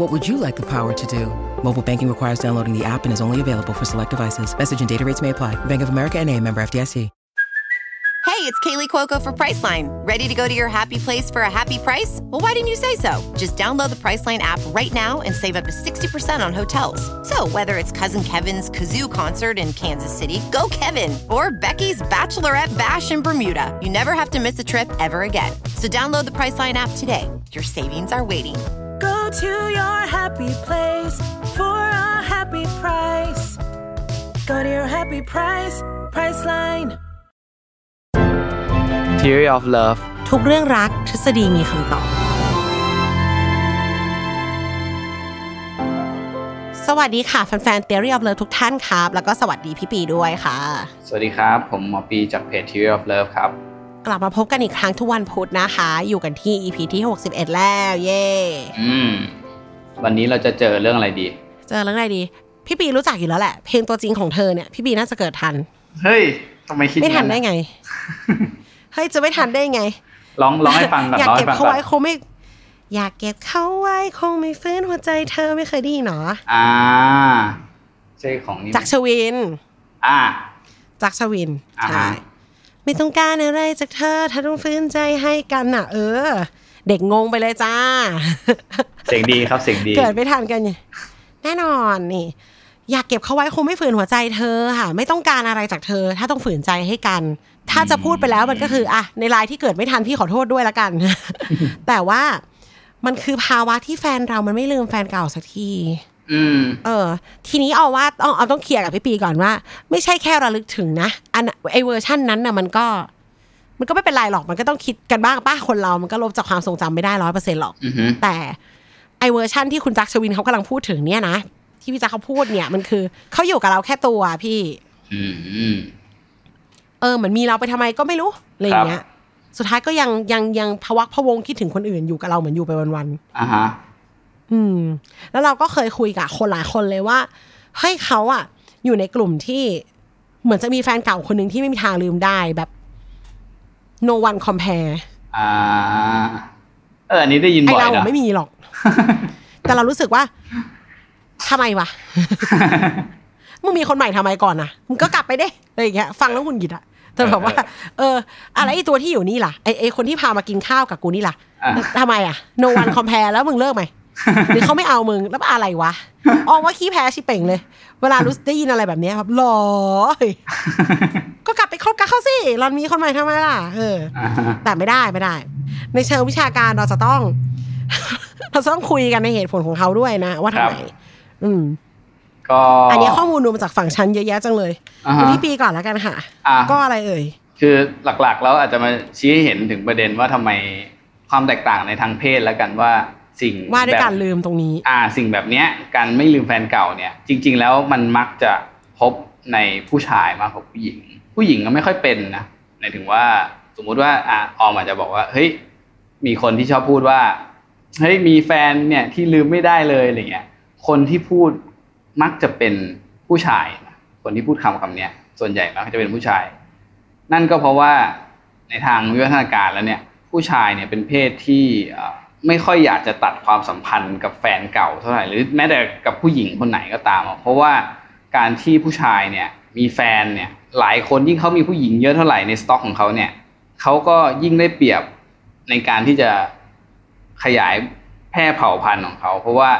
What would you like the power to do? Mobile banking requires downloading the app and is only available for select devices. Message and data rates may apply. Bank of America and a member FDIC. Hey, it's Kaylee Cuoco for Priceline. Ready to go to your happy place for a happy price? Well, why didn't you say so? Just download the Priceline app right now and save up to 60% on hotels. So, whether it's Cousin Kevin's Kazoo concert in Kansas City, go Kevin, or Becky's Bachelorette Bash in Bermuda, you never have to miss a trip ever again. So, download the Priceline app today. Your savings are waiting. Go to your happy place for a happy price. Go to your happy price, Priceline. Theory of Love ทุกเรื่องรักทฤษฎีมีคำตอบ สวัสดีค่ะ แฟนๆ Theory of Love ทุกท่านครับ แล้วก็สวัสดีพี่ปีด้วยค่ะ สวัสดีครับ ผมหมอปีจากเพจ Theory of Love ครับ กลับมาพบกันอีกครั้งทุกวันพุธนะคะ อยู่กันที่ EP ที่ 61 แล้ว เย่ อืม วันนี้เราจะเจอเรื่องอะไรดี เจอเรื่องอะไรดี พี่ปีรู้จักอยู่แล้วแหละ เพลงตัวจริงของเธอเนี่ย พี่ปีน่าจะเกิดทัน เฮ้ย ทำไมคิด ไม่ทัน อย่าง ได้ไง เฮ้ย จะไม่ทันได้ไง ลองลองให้ฟังก่อน อยาก ลอง เก็ ให้ฟับง เขา ก่อ ไว้ น คงไม่ อยากเก็บเขาไว้คงไม่ฟื้นหัวใจเธอไม่เคยได้ยินหรอ อ่าใช่ของนี่ไหม จากชวิน อ่า จักรชวิน อ่าฮะ ใช่ไม่ต้องการอะไรจากเธอเธอต้องฟื้นใจให้กันน่ะ เออ เด็กงงไปเลยจ้า เสียงดีครับเสียงดี เกิดไม่ทันกันเนี่ยแน่นอนนี่ อยากเก็บเขาไว้คงไม่ฝืนหัวใจเธอค่ะ ไม่ต้องการอะไรจากเธอ ถ้าต้องฝืนใจให้กัน ถ้าจะพูดไปแล้วมันก็คืออ่ะในไลน์ที่เกิดไม่ทันพี่ขอโทษด้วยละกัน แต่ว่ามันคือภาวะที่แฟนเรามันไม่ลืมแฟนเก่าสักที อืม เออทีนี้เอาว่าต้องเอาต้องเคลียร์กับพี่ปีก่อนว่า ไม่ใช่แค่ระลึกถึงนะอันไอเวอร์ชันนั้นน่ะมันก็ มันก็ไม่เป็นไรหรอกมันก็ต้องคิดกันบ้างป้าคนเรา มันก็ลบจากความทรงจำไม่ได้ร้อยเปอร์เซ็นต์หรอก อือหือ แต่ไอเวอร์ชันที่คุณจักรชวินเขากำลังพูดถึงเนี่ยนะที่พี่จักรเขาพูดเนี่ยมันคือเขาอยู่กับเราแค่ตัวพี่ อืมอืม เออเหมือนมีเราไปทำไมก็ไม่รู้อะไรอย่างเงี้ย สุดท้ายก็ยังยังยังพะวักพะวงคิดถึงคนอื่นอยู่กับเราเหมือนอยู่ไปวันๆ อ่าฮะ อืมแล้วเราก็เคยคุยกับคนหลายคนเลยว่าเฮ้ยเขาอะอยู่ในกลุ่มที่เหมือนจะมีแฟนเก่าคนหนึ่งที่ไม่มีทางลืมได้แบบ no one compare อ่า เออ อันนี้ได้ยิน ไอ บ่อย เรา นะ อะไม่มีหรอก แต่เรารู้สึกว่าทำไมวะ มึงมีคนใหม่ทำไมก่อนนะมึงก็กลับไปเด้อะไรอย่างเงี้ย ฟังแล้วหงุนหงิดอะแต่แบบว่า เออ อะไรไอตัวที่อยู่นี่ล่ะไอไอคนที่พามากินข้าวกับกูนี่ล่ะ อ่ะ ทำไมอะ no one compare แล้วมึงเลิกไหม หรือเขาไม่เอามึงแล้วอะไรวะออว่าขี้แพ้ชิเป่งเลย เวลารู้ได้ยินอะไรแบบเนี้ยครับหรอ ก็กลับไปคบกับเขาสิรอนมีคนใหม่ทำไมล่ะ เออ อ่าฮะ แต่ไม่ได้ไม่ได้ ในเชิงวิชาการเราจะต้อง เราจะต้องคุยกันในเหตุผลของเขาด้วยนะ ว่าทำไมอืม ก็ อั น นนี้ข้อมูลดูมาจากฝั่งชั้นเยอะแยะจังเลย อ่าฮะ ดูพี่ปีก่อนแล้วกันค่ะ อ่า ก็อะไรเอ่ย คือหลักๆแล้วอาจจะมาชี้ให้เห็นถึงประเด็นว่าทำไมความแตกต่างในทางเพศแล้วกันว่าสิ่ง ว่าด้วย แบบ การลืมตรงนี้ อ่าสิ่งแบบเนี้ยการไม่ลืมแฟนเก่าเนี่ย จริง ๆ แล้วมันมักจะพบในผู้ชายมากกว่าผู้หญิง ผู้หญิงก็ไม่ค่อยเป็นนะหมายถึงว่าสมมุติว่าอ่าออมอาจจะบอกว่าเฮ้ยมีคนที่ชอบพูดว่าเฮ้ยมีแฟนเนี่ยที่ลืมไม่ได้เลยอะไรเงี้ยคนที่พูดมักจะเป็นผู้ชายนะคนที่พูดคำคำเนี้ยส่วนใหญ่มักจะเป็นผู้ชาย นั่นก็เพราะว่าในทางวิวัฒนาการแล้วเนี่ย ผู้ชายเนี่ยเป็นเพศที่เอ่อไม่ค่อยอยากจะตัดความสัมพันธ์กับแฟนเก่าเท่าไหร่หรือแม้แต่กับผู้หญิงคนไหนก็ตามอะเพราะว่าการที่ผู้ชายเนี่ยมีแฟนเนี่ยหลายคนยิ่งเขามีผู้หญิงเยอะเท่าไหร่ในสต็อกของเขาเนี่ยเขาก็ยิ่งได้เปรียบในการที่จะขยายแพร่เผ่าพันธุ์ของเขา เพราะว่า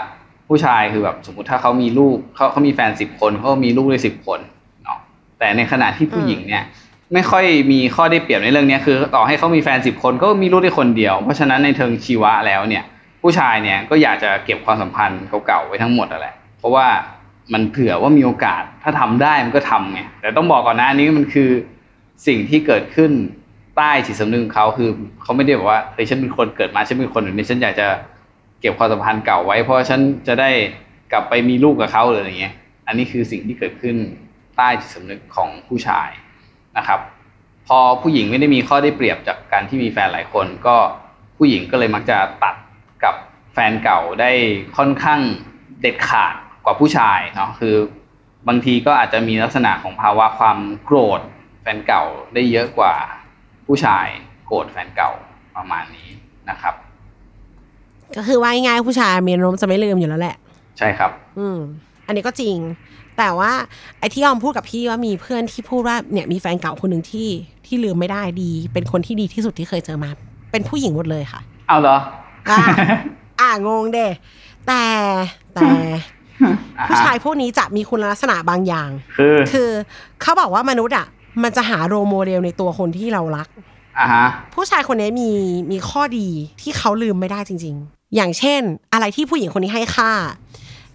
ผู้ชายคือแบบสมมติถ้าเขามีลูกเขาเขามีแฟนสิบคนเขาก็มีลูกได้สิบคนเนาะแต่ในขณะที่ผู้หญิงเนี่ย ไม่ค่อยมีข้อได้เปรียบในเรื่องเนี้ยคือ ต่อให้เขามีแฟนสิบคนก็มีลูกได้คนเดียว เพราะฉะนั้นในเทิงชีวะแล้วเนี่ย ผู้ชายเนี่ยก็อยากจะเก็บความสัมพันธ์เก่าๆไว้ทั้งหมดนั่นแหละเพราะว่ามันเผื่อว่ามีโอกาสถ้าทำได้มันก็ทำไงแต่ต้องบอกก่อนนะอันนี้มันคือสิ่งที่เกิดขึ้นใต้จิตสำนึกของเขาคือเขาไม่ได้บอกว่าเฮ้ยฉันเป็นคนเกิดมาฉันเป็นคนแบบนี้ฉันอยากจะเก็บความสัมพันธ์เก่าไว้ เพราะฉันจะได้ กลับไปมีลูกกับเขาหรืออะไรเงี้ย อันนี้คือสิ่งที่เกิดขึ้นใต้จิตสำนึกของผู้ชายนะครับ พอผู้หญิงไม่ได้มีข้อได้เปรียบจากการที่มีแฟนหลายคน ก็ผู้หญิงก็เลยมักจะตัดกับแฟนเก่าได้ค่อนข้างเด็ดขาดกว่าผู้ชายเนาะคือบางทีก็อาจจะมีลักษณะของภาวะความโกรธแฟนเก่าได้เยอะกว่าผู้ชายโกรธแฟนเก่าประมาณนี้นะครับ ก็คือว่าง่ายๆผู้ชายมีอารมณ์จะไม่ลืมอยู่แล้วแหละ ใช่ครับ อืม อันนี้ก็จริง แต่ว่าไอ้ที่ยอมพูดกับพี่ว่ามีเพื่อนที่พูดว่าเนี่ยมีแฟนเก่าคนหนึ่งที่ที่ลืมไม่ได้ดี เป็นคนที่ดีที่สุดที่เคยเจอมา เป็นผู้หญิงหมดเลยค่ะ เอาเหรอ อ่ะ อ่างงเด้แต่แต่ ผู้ชายพวกนี้จะมีคุณลักษณะบางอย่าง คือ คือเขาบอกว่ามนุษย์อ่ะ มันจะหาโรลโมเดลในตัวคนที่เรารัก อ่าฮะ ผู้ชายคนนี้มีมีข้อดีที่เขาลืมไม่ได้จริง ๆ อย่างเช่น อะไรที่ผู้หญิงคนนี้ให้ค่า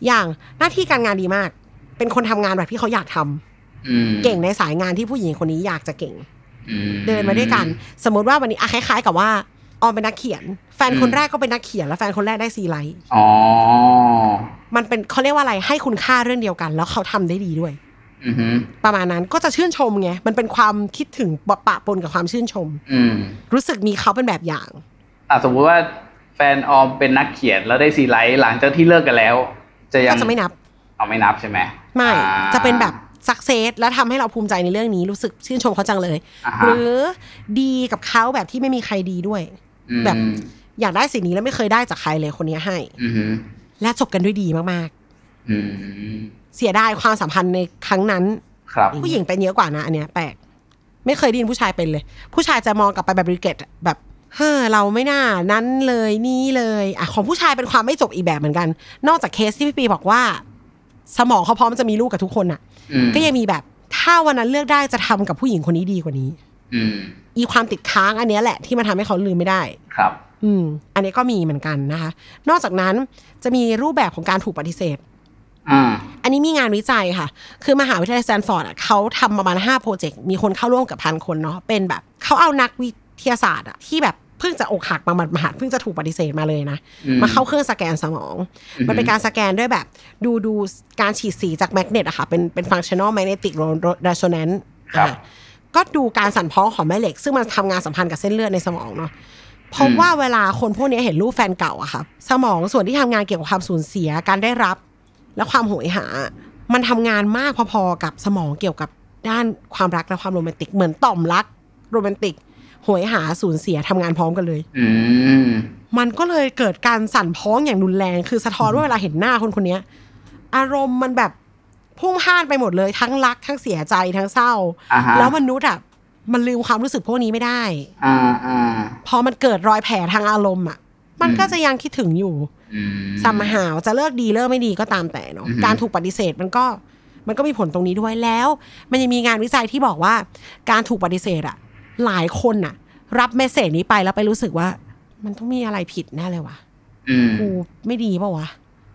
อย่างหน้าที่การงานดีมาก เป็นคนทำงานแบบที่เขาอยากทำ อืม เก่งในสายงานที่ผู้หญิงคนนี้อยากจะเก่ง อื เดินมาด้วยกัน สมมติว่าวันนี้อะคล้าย ๆ กับว่าออมเป็นนักเขียน แฟนคนแรกก็เป็นนักเขียน แล้วแฟนคนแรกได้ซีไลท์ อ๋อ มันเป็นเขาเรียกว่าอะไรให้คุณค่าเรื่องเดียวกัน แล้วเขาทำได้ดีด้วย อือฮึ ประมาณนั้นก็จะชื่นชมไงมันเป็นความคิดถึงปะปนกับความชื่นชม อืม รู้สึกมีเขาเป็นแบบอย่าง อ่ะสมมุติว่าแฟนออมเป็นนักเขียนแล้วได้ซีไลท์หลังจากที่เลิกกันแล้ว จะยัง ก็จะไม่นับ เอาไม่นับใช่ไหม ไม่ อ่า จะเป็นแบบสักเซสแล้วทำให้เราภูมิใจในเรื่องนี้รู้สึกชื่นชมเขาจังเลย อ่าฮะ หรือดีกับเขาแบบที่ไม่มีใครดีด้วย อืม แบบ อยากได้สิ่งนี้แล้วไม่เคยได้จากใครเลยคนนี้ให้ อือฮึ และจบกันด้วยดีมาก อืม ๆ เสียดายความสัมพันธ์ในครั้งนั้น ครับ ผู้หญิงเป็นเยอะกว่านะ อันเนี้ยแปลกไม่เคยได้ยินผู้ชายเป็นเลย ผู้ชายจะมองกลับไปแบบริเกตแบบเฮ้อเราไม่น่านั้นเลยนี่เลยอ่ะของผู้ชายเป็นความไม่จบอีกแบบเหมือนกัน นอกจากเคสที่พี่ปีบอกว่า สมองเขาพร้อมจะมีลูกกับทุกคนอะ อืม ก็ยังมีแบบถ้าวันนั้นเลือกได้จะทำกับผู้หญิงคนนี้ดีกว่านี้ อืม อีความติดค้างอันเนี้ยแหละที่มันทำให้เขาลืมไม่ได้ ครับ อืม อันนี้ก็มีเหมือนกันนะคะ นอกจากนั้นจะมีรูปแบบของการถูกปฏิเสธ อ่า อันนี้มีงานวิจัยค่ะ คือมหาวิทยาลัยแซนฟอร์ดอ่ะเขาทำประมาณ5โปรเจกต์ มีคนเข้าร่วมกับพันคนเนาะ เป็นแบบเขาเอานักวิทยาศาสตร์อ่ะที่แบบเพิ่งจะอกหักมาหมาดๆเพิ่งจะถูกปฏิเสธมาเลยนะ อืม มาเข้าเครื่องสแกนสมอง อือฮึ มันเป็นการสแกนด้วยแบบดูดูการฉีดสีจากแมกเนตอะค่ะ เป็นเป็นฟังชั่นอลแมกเนติกเรโซแนนซ์ ครับ ก็ดูการสั่นพ้องของแม่เหล็ก ซึ่งมันทำงานสัมพันธ์กับเส้นเลือดในสมองเนาะเพราะว่าเวลาคนพวกนี้เห็นรูปแฟนเก่าอะค่ะสมองส่วนที่ทำงานเกี่ยวกับความสูญเสียการได้รับ และความโหยหา มันทำงานมากพอๆกับสมองเกี่ยวกับด้านความรักและความโรแมนติกเหมือนต่อมรักโรแมนติกโหยหาสูญเสียทำงานพร้อมกันเลย อืม มันก็เลยเกิดการสั่นพ้องอย่างรุนแรง คือสะท้อนว่าเวลาเห็นหน้าคนคนเนี้ย อารมณ์มันแบบพุ่งพ่านไปหมดเลย ทั้งรัก ทั้งเสียใจทั้งเศร้า อ่าฮะ แล้วมนุษย์อ่ะมันลืมความรู้สึกพวกนี้ไม่ได้ อ่าอ่า พอมันเกิดรอยแผลทางอารมณ์อ่ะ มันก็จะยังคิดถึงอยู่ อืม สัมหาวจะเลิกดีเลิกไม่ดีก็ตามแต่เนาะ อือฮึ การถูกปฏิเสธมันก็มันก็มีผลตรงนี้ด้วยแล้ว มันยังมีงานวิจัยที่บอกว่า การถูกปฏิเสธอ่ะ หลายคนอ่ะ รับเมสเซจนี้ไปแล้วไปรู้สึกว่า มันต้องมีอะไรผิดแน่เลยว่ะ อืม กูไม่ดีเปล่าวะ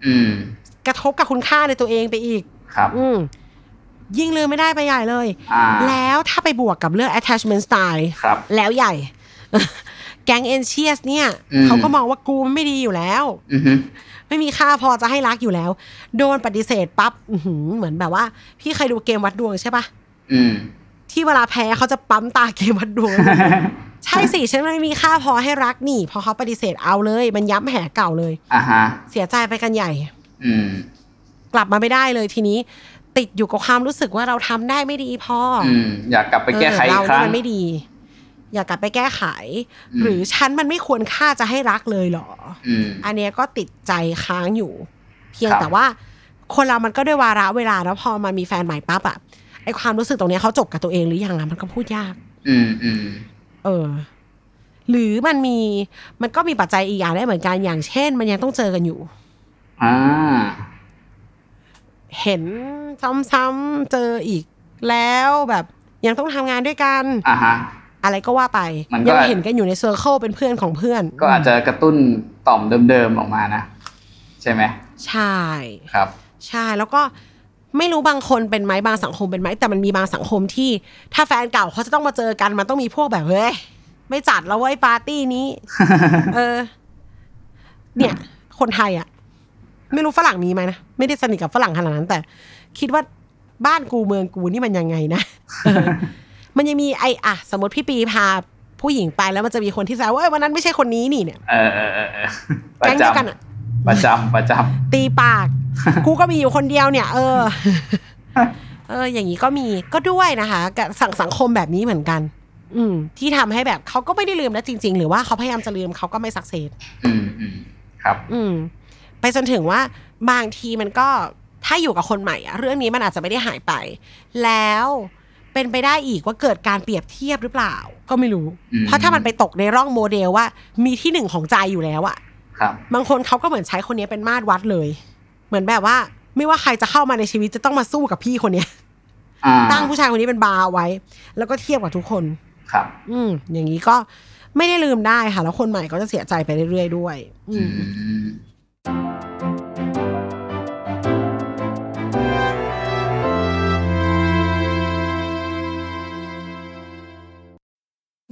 อืม กระทบกับคุณค่าในตัวเองไปอีก ครับ อืมยิ่งลืมไม่ได้ไปใหญ่เลย อ่า แล้วถ้าไปบวกกับเรื่อง attachment style ครับ แล้วใหญ่ แก๊งเอนเชียสเนี่ย อืม เขาก็มองว่ากูมันไม่ดีอยู่แล้ว อือฮึ ไม่มีค่าพอจะให้รักอยู่แล้ว โดนปฏิเสธปั๊บอื้อหือเหมือนแบบว่า พี่เคยดูเกมวัดดวงใช่ปะ อืม ที่เวลาแพ้เขาจะปั๊มตาเกมวัด ดวง ใช่สิฉันไม่มีค่าพอให้รักนี่ พอเขาปฏิเสธเอาเลย มันย้ำแหเก่าเลย อ่าฮะ เสียใจไปกันใหญ่ อืม กลับมาไม่ได้เลยทีนี้ติดอยู่กับความรู้สึกว่าเราทำได้ไม่ดีพอ อืมอยากกลับไปแก้ไข เอ อี อก ค เรา รั้ง มันไม่ดี อยากกลับไปแก้ไข อืม หรือฉันมันไม่ควรค่าจะให้รักเลยเหรอ อืม อันเนี้ยก็ติดใจค้างอยู่ เพียง ครับ แต่ว่า คนเรามันก็ด้วยวาระเวลาแล้วพอมันมีแฟนใหม่ปั๊บอะไอความรู้สึกตรงเนี้ยเขาจบกับตัวเองหรือยังอะมันก็พูดยาก อืมอืม เออ หรือมันมีมันก็มีปัจจัยอีกอย่างได้เหมือนกันอย่างเช่น มันยังต้องเจอกันอยู่ อ่า เห็นซ้ำๆเจออีกแล้วแบบยังต้องทำงานด้วยกัน อ่าฮะ อะไรก็ว่าไป มันก็ ยังเห็นกันอยู่ในเซอร์เคิลเป็นเพื่อนของเพื่อน ก็อาจจะกระตุ้นต่อมเดิมๆออกมานะ ใช่ไหม ใช่ ครับ ใช่แล้วก็ไม่รู้บางคนเป็นไหมบางสังคมเป็นไหมแต่มันมีบางสังคมที่ ถ้าแฟนเก่าเขาจะต้องมาเจอกันมันต้องมีพวกแบบเฮ้ยไม่จัดแล้วเว้ยปาร์ตี้นี้ เออ เนี่ย คนไทยอะ ไม่รู้ฝรั่งมีไหมนะ ไม่ได้สนิทกับฝรั่งขนาดนั้น แต่คิดว่าบ้านกูเมืองกูนี่มันยังไงนะ เออมันยังมีไอ้อะสมมติพี่ปีพาผู้หญิงไปแล้วมันจะมีคนที่แซวว่าเอ้ยวันนั้นไม่ใช่คนนี้นี่เนี่ย เออเออเออเออ ป แก๊ ระ งเดียวกันอะ จำประจำประจ ตีปาก กูก็มีอยู่คนเดียวเนี่ย เออ เออ อย่างนี้ก็มีก็ด้วยนะคะกับสังสังคมแบบนี้เหมือนกัน อืม ที่ทำให้แบบเขาก็ไม่ได้ลืมนะจริง ๆ หรือว่าเขาพยายามจะลืมเขาก็ไม่สักเซส ำอืมอืมครับ อืม ไปจนถึงว่าบางทีมันก็ถ้าอยู่กับคนใหม่อะเรื่องนี้มันอาจจะไม่ได้หายไป แล้วเป็นไปได้อีกว่าเกิดการเปรียบเทียบหรือเปล่า ก็ไม่รู้ อืม เพราะถ้ามันไปตกในร่องโมเดลว่า มีที่หนึ่งของใจอยู่แล้วอะ ครับ บางคนเขาก็เหมือนใช้คนนี้เป็นมาตรวัดเลย เหมือนแบบว่า ไม่ว่าใครจะเข้ามาในชีวิตจะต้องมาสู้กับพี่คนเนี้ย อ่า ตั้งผู้ชายคนนี้เป็นบาร์เอาไว้ แล้วก็เทียบกับทุกคน ครับ อืม อย่างนี้ก็ไม่ได้ลืมได้ค่ะ แล้วคนใหม่ก็จะเสียใจไปเรื่อยๆด้วย อื อื ม ม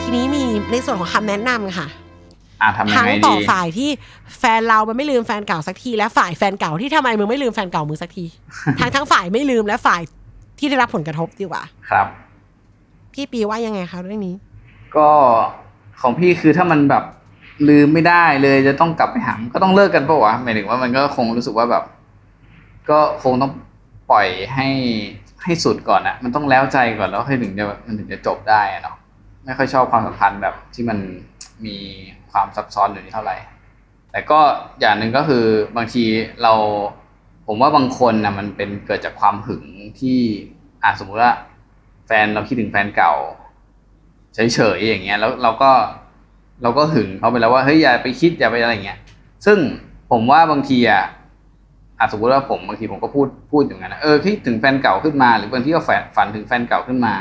ทีนี้มีในส่วนของคำแนะนำค่ะ อ่าทำยัง ทั้ง ไง ต่ ดี อฝ่ายที่แฟนเรามันไม่ลืมแฟนเก่าสักที และฝ่ายแฟนเก่าที่ทำไมมึงไม่ลืมแฟนเก่ามึงสักที ทั้งทั้งฝ่ายไม่ลืมและฝ่ายที่ได้รับผลกระทบดีกว่า ครับ พี่ปีว่ายังไงคะเรื่องนี้ ก็ของพี่คือถ้ามันแบบลืมไม่ได้เลยจะต้องกลับไปหามนก็ต้องเลิกกันปะวะหมายถึงว่ามันก็คงรู้สึกว่าแบบ ก็คงต้องปล่อยให้ให้สุดก่อนอะมันต้องแล้วใจก่อนแล้วค่อยถึงจะมันถึงจะจบได้อะเนาะไม่ค่อยชอบความสัมพันธ์แบบที่มันมีความซับซ้อนอยู่นี่เท่าไหร่ แต่ก็อย่างหนึ่งก็คือบางทีเรา ผมว่าบางคนนะมันเป็นเกิดจากความหึงที่อ่ะสมมุติว่า แฟนเราคิดถึงแฟนเก่า เฉยๆอย่างเงี้ยแล้วเราก็เราก็หึงเขาไปแล้วว่าเฮ้ยอย่าไปคิดอย่าไปอะไรอย่างเงี้ย ซึ่งผมว่าบางทีอ่ะอ่ะสมมติว่าผมบางทีผมก็พูดพูดอย่างนั้นนะเออคิดถึงแฟนเก่าขึ้นมาหรือบางทีก็แฟนฝันถึงแฟนเก่าขึ้นมา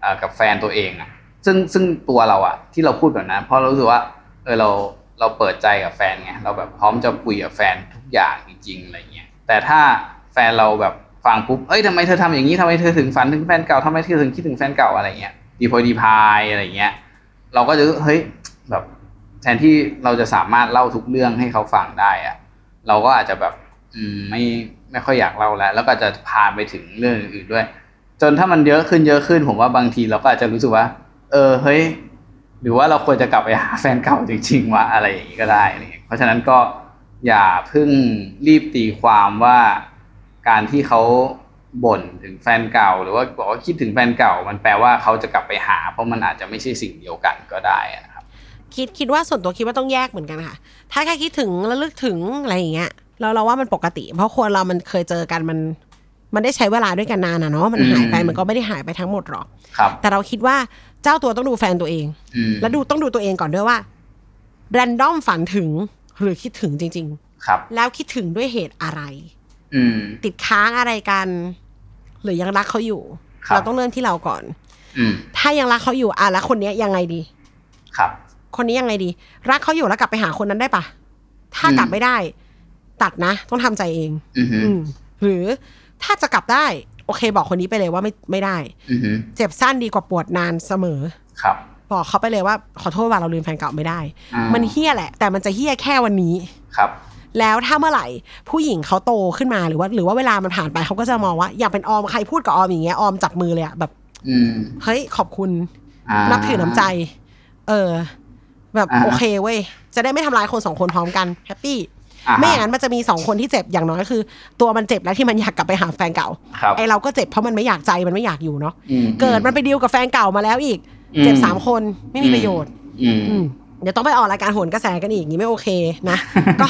เอ่อกับแฟนตัวเองอ่ะ ซึ่งซึ่งตัวเราอ่ะ ที่เราพูดแบบนั้นเพราะเรารู้สึกว่า เออเราเราเปิดใจกับแฟนไงเราแบบพร้อมจะคุยกับแฟนทุกอย่างจริงๆอะไรเงี้ยแต่ถ้าแฟนเราแบบฟังปุ๊บเอ้ยทำไมเธอทำอย่างนี้ทำไมเธอถึงฝันถึงแฟนเก่าทำไมเธอถึงคิดถึงแฟนเก่าอะไรเงี้ยดีพอดีพายอะไรเงี้ย เราก็จะเฮ้ยแบบแทนที่เราจะสามารถเล่าทุกเรื่องให้เขาฟังได้อะเราก็อาจจะแบบ อืมไม่ไม่ค่อยอยากเล่าแล้ว แล้วก็จะพาไปถึงเรื่องอื่นๆด้วย จนถ้ามันเยอะขึ้นเยอะขึ้น ผมว่าบางทีเราก็อาจจะรู้สึกว่า เออเฮ้ย หรือว่าเราควรจะกลับไปหาแฟนเก่าจริงๆวะ อะไรอย่างนี้ก็ได้อะไรอย่างเงี้ยเพราะฉะนั้นก็อย่าเพิ่งรีบตีความว่าการที่เขาบ่นถึงแฟนเก่า หรือว่าบอกว่าคิดถึงแฟนเก่า มันแปลว่าเขาจะกลับไปหา เพราะมันอาจจะไม่ใช่สิ่งเดียวกันก็ได้อะนะครับ คิดคิดว่าส่วนตัวคิดว่าต้องแยกเหมือนกันค่ะ ถ้าแค่คิดถึงแล้วลึกถึงอะไรอย่างเงี้ยเราเราว่ามันปกติ เพราะคนเรามันเคยเจอกันมัน มันได้ใช้เวลาด้วยกันนานอะเนาะมันหายไป อืม มันก็ไม่ได้หายไปทั้งหมดหรอก ครับ แต่เราคิดว่าเจ้าตัวต้องดูแฟนตัวเอง อืม แล้วดูต้องดูตัวเองก่อนด้วยว่า แรนดอมฝันถึงหรือคิดถึงจริง ครับ ๆ แล้วคิดถึงด้วยเหตุอะไร อืม ติดค้างอะไรกัน หรือยังรักเขาอยู่ ครับ เราต้องเริ่มที่เราก่อน อืม ถ้ายังรักเขาอยู่อ่ะแล้วคนเนี้ยยังไงดี ครับ คนนี้ยังไงดี รักเขาอยู่แล้วกลับไปหาคนนั้นได้ปะถ้า อืม กลับไม่ได้ ตัดนะต้องทำใจเอง อืมอหือ อืมหรือถ้าจะกลับได้ โอเค บอกคนนี้ไปเลยว่าไม่ไม่ได้ อือหือ เจ็บสั้นดีกว่าปวดนานเสมอ ครับ บอกเขาไปเลยว่าขอโทษว่าเราลืมแฟนเก่าไม่ได้ อ่า มันเฮี้ยแหละ แต่มันจะเฮี้ยแค่วันนี้ ครับ แล้วถ้าเมื่อไหร่ผู้หญิงเขาโตขึ้นมาหรือว่า หรือว่าเวลามันผ่านไปเขาก็จะมองว่าอยากเป็นออมใครพูดกับออมอย่างเงี้ยออมจับมือเลยอะแบบ อืม เฮ้ยขอบคุณ า นับถือน้ำใจ เออ แบบ อ่า โอเคเว้ย จะได้ไม่ทำร้ายคนสองคนพร้อมกันแฮปปี้ อ่า ไม่อย่างนั้นมันจะมีสองคนที่เจ็บอย่างน้อยก็คือ ตัวมันเจ็บแล้วที่มันอยากกลับไปหาแฟนเก่า ครับ ไอเราก็เจ็บเพราะมันไม่อยากใจมันไม่อยากอยู่เนาะ อืม เกิดมันไปดีลกับแฟนเก่ามาแล้วอีก เจ็บสามคนไม่มีประโยชน์ อืม อืมเดี๋ยวต้องไปออกรายการโหนกระแสกันอีกอย่างนี้ไม่โอเค นะ ก็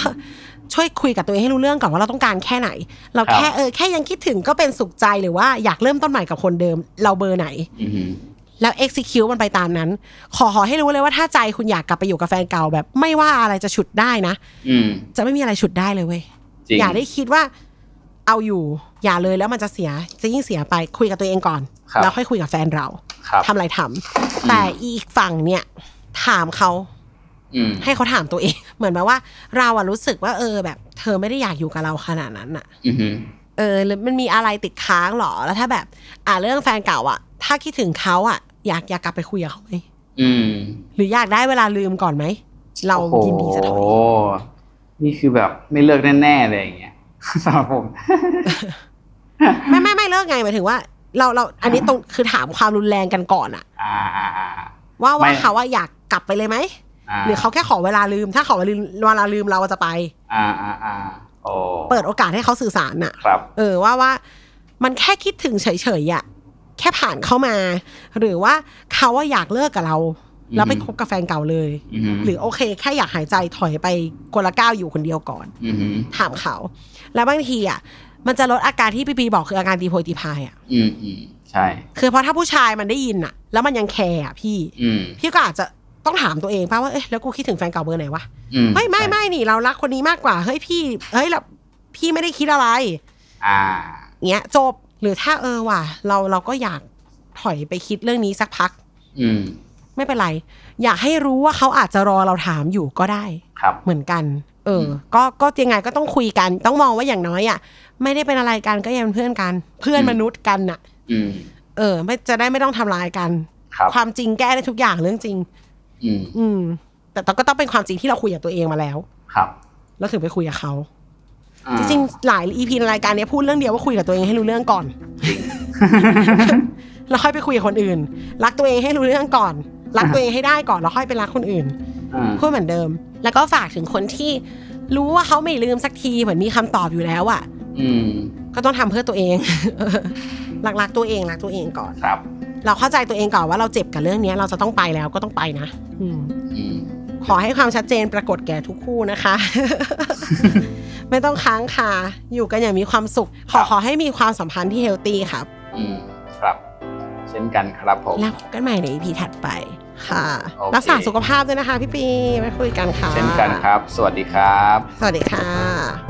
ช่วยคุยกับตัวเองให้รู้เรื่องก่อนว่าเราต้องการแค่ไหน เราแค่เออแค่ยังคิดถึงก็เป็นสุขใจหรือว่าอยากเริ่มต้นใหม่กับคนเดิม เราเบอร์ไหน อืม แล้ว execute มันไปตามนั้น ขอขอให้รู้เลยว่าถ้าใจคุณอยากกลับไปอยู่กับแฟนเก่าแบบ ไม่ว่าอะไรจะฉุดได้นะ อืม จะไม่มีอะไรฉุดได้เลยเว้ย จริง อย่าได้คิดว่าเอาอยู่ อย่าเลยแล้วมันจะเสีย จะยิ่งเสียไปคุยกับตัวเองก่อน ครับ แล้วค่อยคุยกับแฟนเรา ครับ ทำอะไรทำแต่อีกฝั่งเนี่ยถามเขา อืม ให้เขาถามตัวเอง เหมือนแบบว่าเราอะรู้สึกว่าเออแบบ เธอไม่ได้อยากอยู่กับเราขนาดนั้นอะ อือหือ เออหรือมันมีอะไรติดค้างหรอ แล้วถ้าแบบ อ่าเรื่องแฟนเก่าอ่ะ ถ้าคิดถึงเขาอ่ะ อยากอยากกลับไปคุยกับเขาไหม อืม หรืออยากได้เวลาลืมก่อนไหม เรา โอ้โห ยินดีจะถอย นี่คือแบบไม่เลิกแน่ๆเลยอย่างเงี้ ยสำหรับผม ไม่ไม่ไม่เลิกไงหมายถึงว่า เราเราอันนี้ตรงคือถามความรุนแรงกันก่อนอ่ะ อ่าอ่าอ่าอ่า ว่าว่า ไม่ เขาว่าอยากกลับไปเลยไหมหรือเขาแค่ขอเวลาลืม ถ้าขอเวลาลืมเวลาลืมเราจะไป อ่าอ่าอ่าโอ้ เปิดโอกาสให้เขาสื่อสารน่ะ ครับ เออว่าว่ามันแค่คิดถึงเฉยๆอะแค่ผ่านเข้ามา หรือว่าเขาว่าอยากเลิกกับเรา แล้วไป อือฮึ คบกับแฟนเก่าเลย อือหือ หรือโอเคแค่อยากหายใจถอยไปคนละก้าวอยู่คนเดียวก่อน อือหือ ถามเขา แล้วบางทีอ่ะมันจะลดอาการที่พี่ปีบอกคืออาการตีโพยตีพายอ่ะ อืมอืมใช่ คือเพราะถ้าผู้ชายมันได้ยินอ่ะ แล้วมันยังแคร์อ่ะพี่ อืม พี่ก็อาจจะต้องถามตัวเองป่ะว่าเอ้ยแล้วกูคิดถึงแฟนเก่าเบอร์ไหนวะ อืม เฮ้ยไม่ ใช่ ไม่นี่เรารักคนนี้มากกว่าเฮ้ยพี่เฮ้ยเราพี่ไม่ได้คิดอะไร อ่า เงี้ยจบหรือถ้าเออว่ะเราเราก็อยากถอยไปคิดเรื่องนี้สักพัก อืม ไม่เป็นไร อยากให้รู้ว่าเขาอาจจะรอเราถามอยู่ก็ได้ ครับ เหมือนกัน เออ ก็ก็ยังไงก็ต้องคุยกัน ต้องมองว่าอย่างน้อยอ่ะ ไม่ได้เป็นอะไรกันก็ยังเป็นเพื่อนกัน เพื่อน อืม มนุษย์กันน่ะ อืม เออ ไม่จะได้ไม่ต้องทำลายกัน ครับ ความจริงแก้ได้ทุกอย่างเรื่องจริง อืม อืม แต่ต้องก็ต้องเป็นความจริงที่เราคุยกับตัวเองมาแล้ว ครับ แล้วถึงไปคุยกับเขา อ่า จริงๆหลายอีพีรายการเนี้ยพูดเรื่องเดียวว่าคุยกับตัวเองให้รู้เรื่องก่อน แล้วค่อยไปคุยกับคนอื่น รักตัวเองให้รู้เรื่องก่อน รักตัวเองให้ได้ก่อนแล้วค่อยไปรักคนอื่น อ่า พูดเหมือนเดิม แล้วก็ฝากถึงคนที่รู้ว่าเขาไม่ลืมสักทีเหมือนมีคำตอบอยู่แล้วอะ อืม ก็ต้องทำเพื่อตัวเอง หลักๆตัวเองรักตัวเองก่อน ครับ เราเข้าใจตัวเองก่อนว่าเราเจ็บกับเรื่องเนี้ยเราจะต้องไปแล้วก็ต้องไปนะอืม อืม ขอให้ความชัดเจนปรากฏแก่ทุกคู่นะคะ ไม่ต้องค้างคาอยู่กันอย่างมีความสุข ขอขอให้มีความสัมพันธ์ที่เฮลตี้ครับ อืมครับ เช่นกันครับผม แล้วพบกันใหม่ใน EP ถัดไปค่ะ โอเค รักษาสุขภาพด้วยนะคะพี่ปีไว้คุยกันค่ะ เช่นกันครับ สวัสดีครับ สวัสดีค่ะ